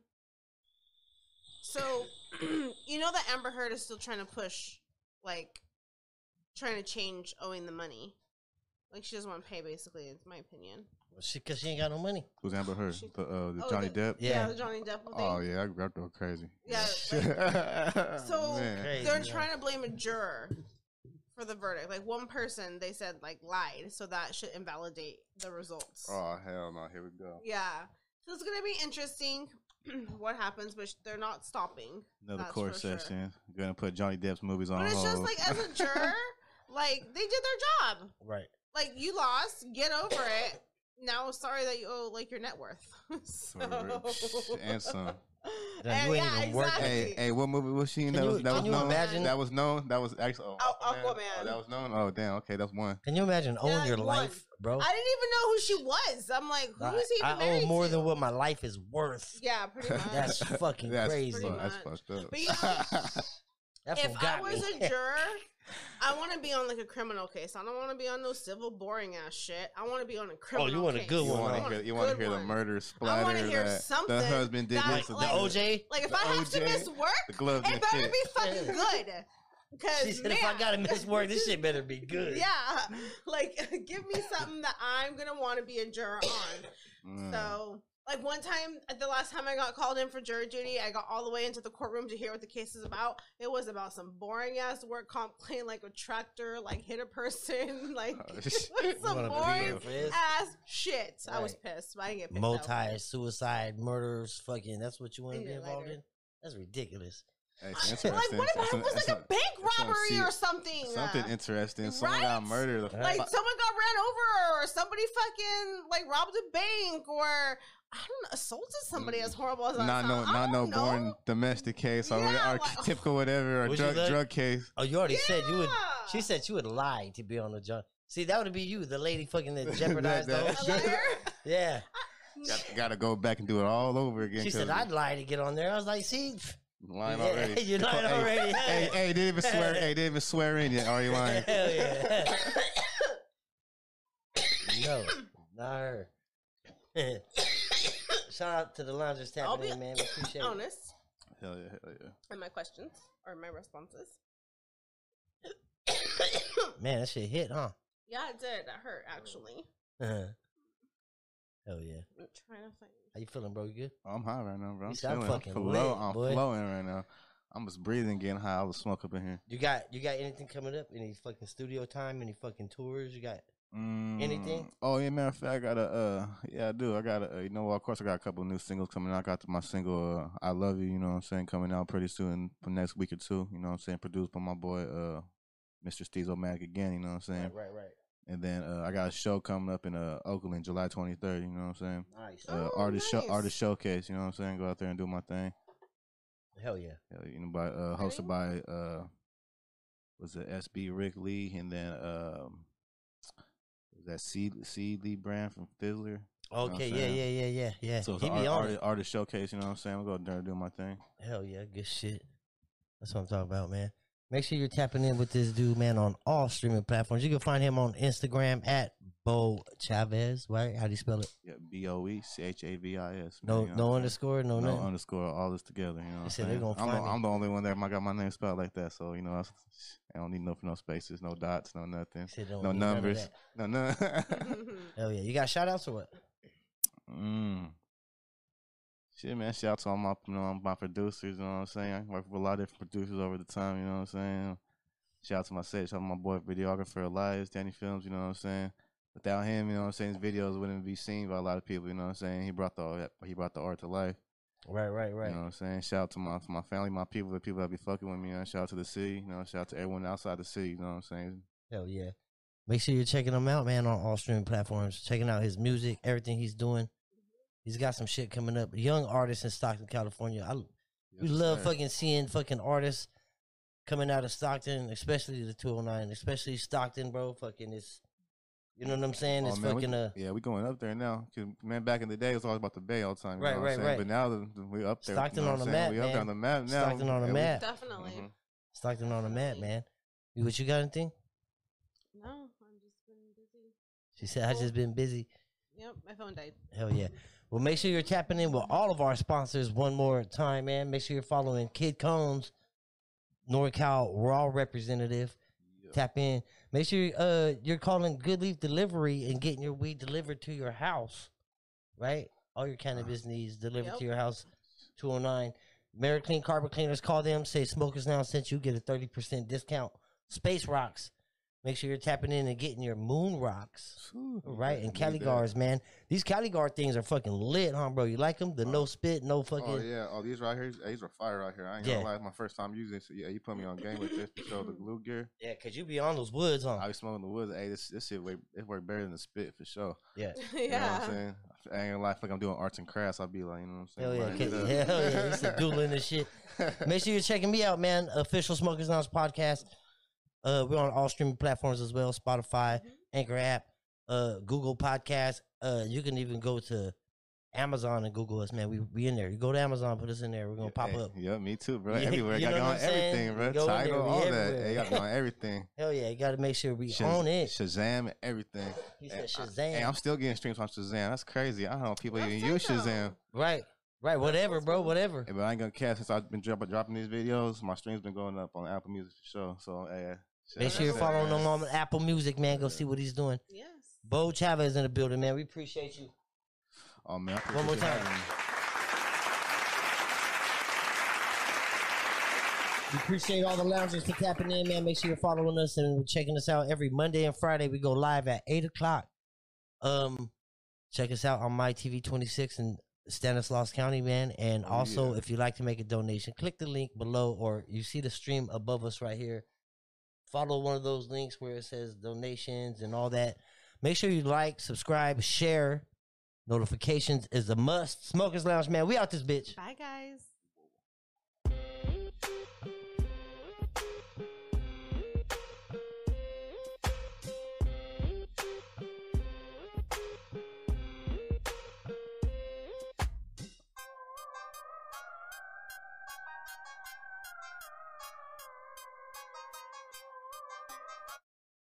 So, (clears throat) you know that Amber Heard is still trying to push, like, trying to change owing the money. Like, she doesn't want to pay, basically, is my opinion.
Well, she, Cause she ain't got no money.
Who's Amber Heard?
Shit.
The, uh, the
Oh,
Johnny
the-
Depp.
Yeah.
the Johnny Depp thing.
Oh yeah, I grabbed her crazy.
Yeah,
(laughs)
So,
Man.
Crazy,
They're
yeah.
trying to blame a juror for the verdict. Like, one person, they said, like, lied. So that should invalidate the results.
Oh hell no! Here we go.
Yeah. So it's going to be interesting (clears throat) what happens, but sh- they're not stopping.
Another
That's
court
for sure.
session. Gonna put Johnny Depp's movies on
But it's
hold.
(laughs)
just like,
(laughs)
as a juror, like, they did their job.
Right.
like you lost get over it now sorry that you owe like your net worth (laughs) so (laughs)
(laughs) For real. and some.
Now, you ain't even working.
Hey, hey, what movie was she
Can
in? That
you-
was, that
can
was
you
known.
imagine-
That was known. That was actually. Oh,
Oh,
Aquaman.
Aquaman.
Oh, that was known. Oh damn. Okay, that's one.
Can you imagine owning
like
your
one.
life, bro?
i didn't even know who she was i'm like who is he even
I, I owe
married
more
to?
than what my life is worth.
yeah
(laughs)
pretty much (laughs)
That's fucking
that's
crazy.
fu- that's
Pretty much.
fucked up.
But you
(laughs)
know-
That's
if
what
i
got
was
me. (laughs)
a juror i want to be on like a criminal case i don't want to be on no civil boring ass shit i want to be on a criminal
Oh, you want a
case.
good
you
one,
want
I
to
want
hear?
a
You want to
good
hear the
one.
murder
I
splatter
wanna hear
that
something
the husband did
that,
this. or
the
like-
that.
OJ.
like if
The
i have to
OJ,
miss work
(laughs) the gloves
it
and
better
shit.
be fucking good
She
because
said, if I gotta miss work,
(laughs)
this shit better be good.
yeah (laughs) like give me something that i'm gonna want to be a juror on
Mm.
So, like one time, at the last time I got called in for jury duty, I got all the way into the courtroom to hear what the case is about. It was about some boring ass work (laughs) complaint, like a tractor, like hit a person,
(laughs)
(laughs) like
Oh,
You
some
wanna be
boring
there for this?
ass shit. I was pissed, but I didn't get pissed. out.
Multi suicide murders, fucking. That's what you want
I
to
need
be
a
involved
lighter.
in. That's ridiculous.
Hey, it's
Like,
interesting.
what
It's
about it
an-
was
it's
like a
an-
bank
it's an-
robbery
see,
or something? Uh,
Something interesting. Someone got
Right?
murdered. The
like
fi-
someone got ran over or somebody fucking like robbed a bank or I don't know, assaulted somebody as horrible as that
not no,
sounds. I
not no
don't know.
born domestic case or,
Yeah,
whatever, or
like-
typical whatever or
Would you
drug
let-
drug case.
Oh, you already said you would.
Yeah.
She said she would lie to be on the jump. See, that would be you, the lady fucking (laughs) that jeopardized the
That-
whole
A
(laughs)
that-
shit.
liar?
Yeah.
(laughs)
Got, to go back and do it all over again.
She said,
'cause
I'd lie to get on there. I was like, see, (laughs) pff,
lying
yeah, (laughs)
already.
you lied
Hey,
already. (laughs)
Hey, hey, didn't even swear. hey, didn't even swear in yet. Are you lying?
hell (laughs) yeah. no, not her. (laughs) Shout out to the loungers
I'll
tapping
be
in, man. We appreciate it.
honest
Hell yeah, hell yeah.
in my questions or my responses. (coughs)
Man, that shit hit, huh?
yeah, it did. That hurt actually.
hell yeah.
I'm trying to find (laughs)
How you feeling, bro? You good?
I'm high right now, bro. I'm,
You sound
feeling- I'm
fucking
flow.
lit,
I'm
boy.
flowing right now. I'm just breathing, getting high. I was smoke up in here.
You got you got anything coming up? Any fucking studio time? Any fucking tours? You got Anything?
Mm, Oh yeah, matter of fact, I got a uh, yeah, I do. I got a uh, you know, what, of course, I got a couple new singles coming out. I got my single uh, "I Love You," you know what I'm saying, coming out pretty soon for next week or two. You know what I'm saying, produced by my boy uh, Mr. Steve O'Mac again. You know what I'm saying,
right, right, right.
and then uh, I got a show coming up in uh, Oakland, July 23rd. You know what I'm saying,
Nice.
uh,
Oh,
artist
nice.
show, artist showcase. You know what I'm saying, go out there and do my thing.
Hell yeah.
Uh, you know, by uh, hosted by uh, was it SB Rick Lee, and then um, was that C C Lee Brand from Fizzler. what I'm
Okay, yeah,
saying?
yeah, yeah, yeah, yeah.
So it's
he
an
be
art,
on
artist,
it.
artist showcase. You know what I'm saying? I'm going there and do my thing.
Hell yeah, good shit. That's what I'm talking about, man. Make sure you're tapping in with this dude, man, on all streaming platforms. You can find him on Instagram at Bo Chavez, right? How do you spell it?
Yeah, B O E C H A V I S.
No,
man,
no
you know what I'm saying?
underscore, no,
No
nothing.
underscore, all this together. You know, what I'm,
said they're
saying?
gonna
I'm, the,
find it.
I'm the only one that my- got my name spelled like that, so you know, I, s- I don't need no no spaces, no dots, no nothing,
Said don't
no
need none of
numbers,
that.
no (laughs) none.
Mm-hmm.
Hell yeah. You got shout outs or what?
Mm. Shit, man. Shout out to all my, you know, my producers. You know what I'm saying? I worked with a lot of different producers over the time. You know what I'm saying? Shout out to my set. Shout out to my boy, videographer Elias, Danny Films. You know what I'm saying? Without him, you know what I'm saying? His videos wouldn't be seen by a lot of people. You know what I'm saying? He brought the he brought the art to life.
Right, right, right.
You know what I'm saying? Shout out to my my family, my people, the people that be fucking with me. You know? Shout out to the city. You know, shout out to everyone outside the city. You know what I'm saying?
Hell yeah. Make sure you're checking him out, man, on all streaming platforms. Checking out his music, everything he's doing. He's got some shit coming up. Young artists in Stockton, California. I we love fucking seeing fucking artists coming out of Stockton, especially the 209, especially Stockton, bro. Fucking it's you know what I'm saying?
Oh,
It's
man, we-
fucking uh
yeah, we going up there now. 'Cause, man, back in the day, it was always about the Bay all the time. You
Right,
know what
right,
I'm saying?
right.
But now the, the- we up there. you
Stockton
know
on
what
the
I'm saying?
map,
We up there
man.
on the map now.
Stockton on the
and we-
map.
Definitely.
Mhm.
Stockton on the map, man. You what you got anything?
No, I'm just been busy.
She said I
Cool.
just been busy.
Yep, my phone died. (laughs)
Hell yeah. Well, make sure you're tapping in with all of our sponsors one more time, man. Make sure you're following Kid Combs, NorCal Raw representative. Tap in. Make sure uh, you're calling Good Leaf Delivery and getting your weed delivered to your house, right? All your cannabis needs delivered
Yep.
to your house. 209. Mary Clean Carpet Cleaners. Call them. Say Smokers Now sent you. Get a 30% discount. Space Rocks. Make sure you're tapping in and getting your Moon Rocks.
Whew,
Right,
yeah,
and
need
Cali
that.
guards, man. These Cali guard things are fucking lit, huh, bro? You like them? The no spit, no fucking.
Oh yeah, oh these right here, these are fire right here. I ain't
Yeah.
gonna lie, it's my first time using. This. Yeah, you put me on game with this. So the glue gear,
yeah. cause you be on those woods, huh?
I be smoking the woods. Hey, this this shit way it worked better than the spit for sure.
yeah.
You know what I'm
yeah.
saying? I ain't gonna lie, I feel like I'm doing arts and crafts. I'll be like, you know what
Hell
I'm saying?
yeah,
Lighting it
cause,
up.
hell yeah, you still dueling
(laughs)
this shit. Make sure you're checking me out, man. Official Smokers Lounge podcast. Uh, we're on all streaming platforms as well: Spotify, Anchor app, uh, Google Podcast. Uh, you can even go to Amazon and Google us, man. We we in there. You go to Amazon, put us in there. We're gonna pop
Hey,
up.
Yeah, me too, bro.
Yeah, (laughs)
everywhere.
you
Got
know
me
what
on
I'm saying?
everything, bro.
Go in there,
Title,
we
all that.
everywhere.
Hey, got me on everything.
Hell yeah, you got to make sure (laughs) we
Shaz-
own it.
Shazam, and everything.
He
Hey,
said
I-
Shazam.
Hey, I'm still getting streams on Shazam. That's crazy. I don't know if people
That's
even use
dope, though.
Shazam.
right, right. Whatever, bro. Whatever.
Hey, but I ain't gonna care since I've been dropping, dropping these videos. My streams been going up on Apple Music for sure. So hey, eh, shout
Make
out
sure you're
to
following
that.
him on Apple Music, man. Go see what he's doing.
Yes.
Bo Chavez in the building, man. We appreciate you.
Oh man, I
One more
appreciate you
time.
having me.
We appreciate all the loungers for tapping in, man. Make sure you're following us and checking us out every Monday and Friday. We go live at eight o'clock. Um, check us out on my TV 26 and Stanislaus County, man. And
Oh,
also,
yeah.
if you'd like to make a donation, click the link below, or you see the stream above us right here. Follow one of those links where it says donations and all that. Make sure you like, subscribe, share. Notifications is a must. Smokers Lounge, man. We out this bitch.
Bye, guys.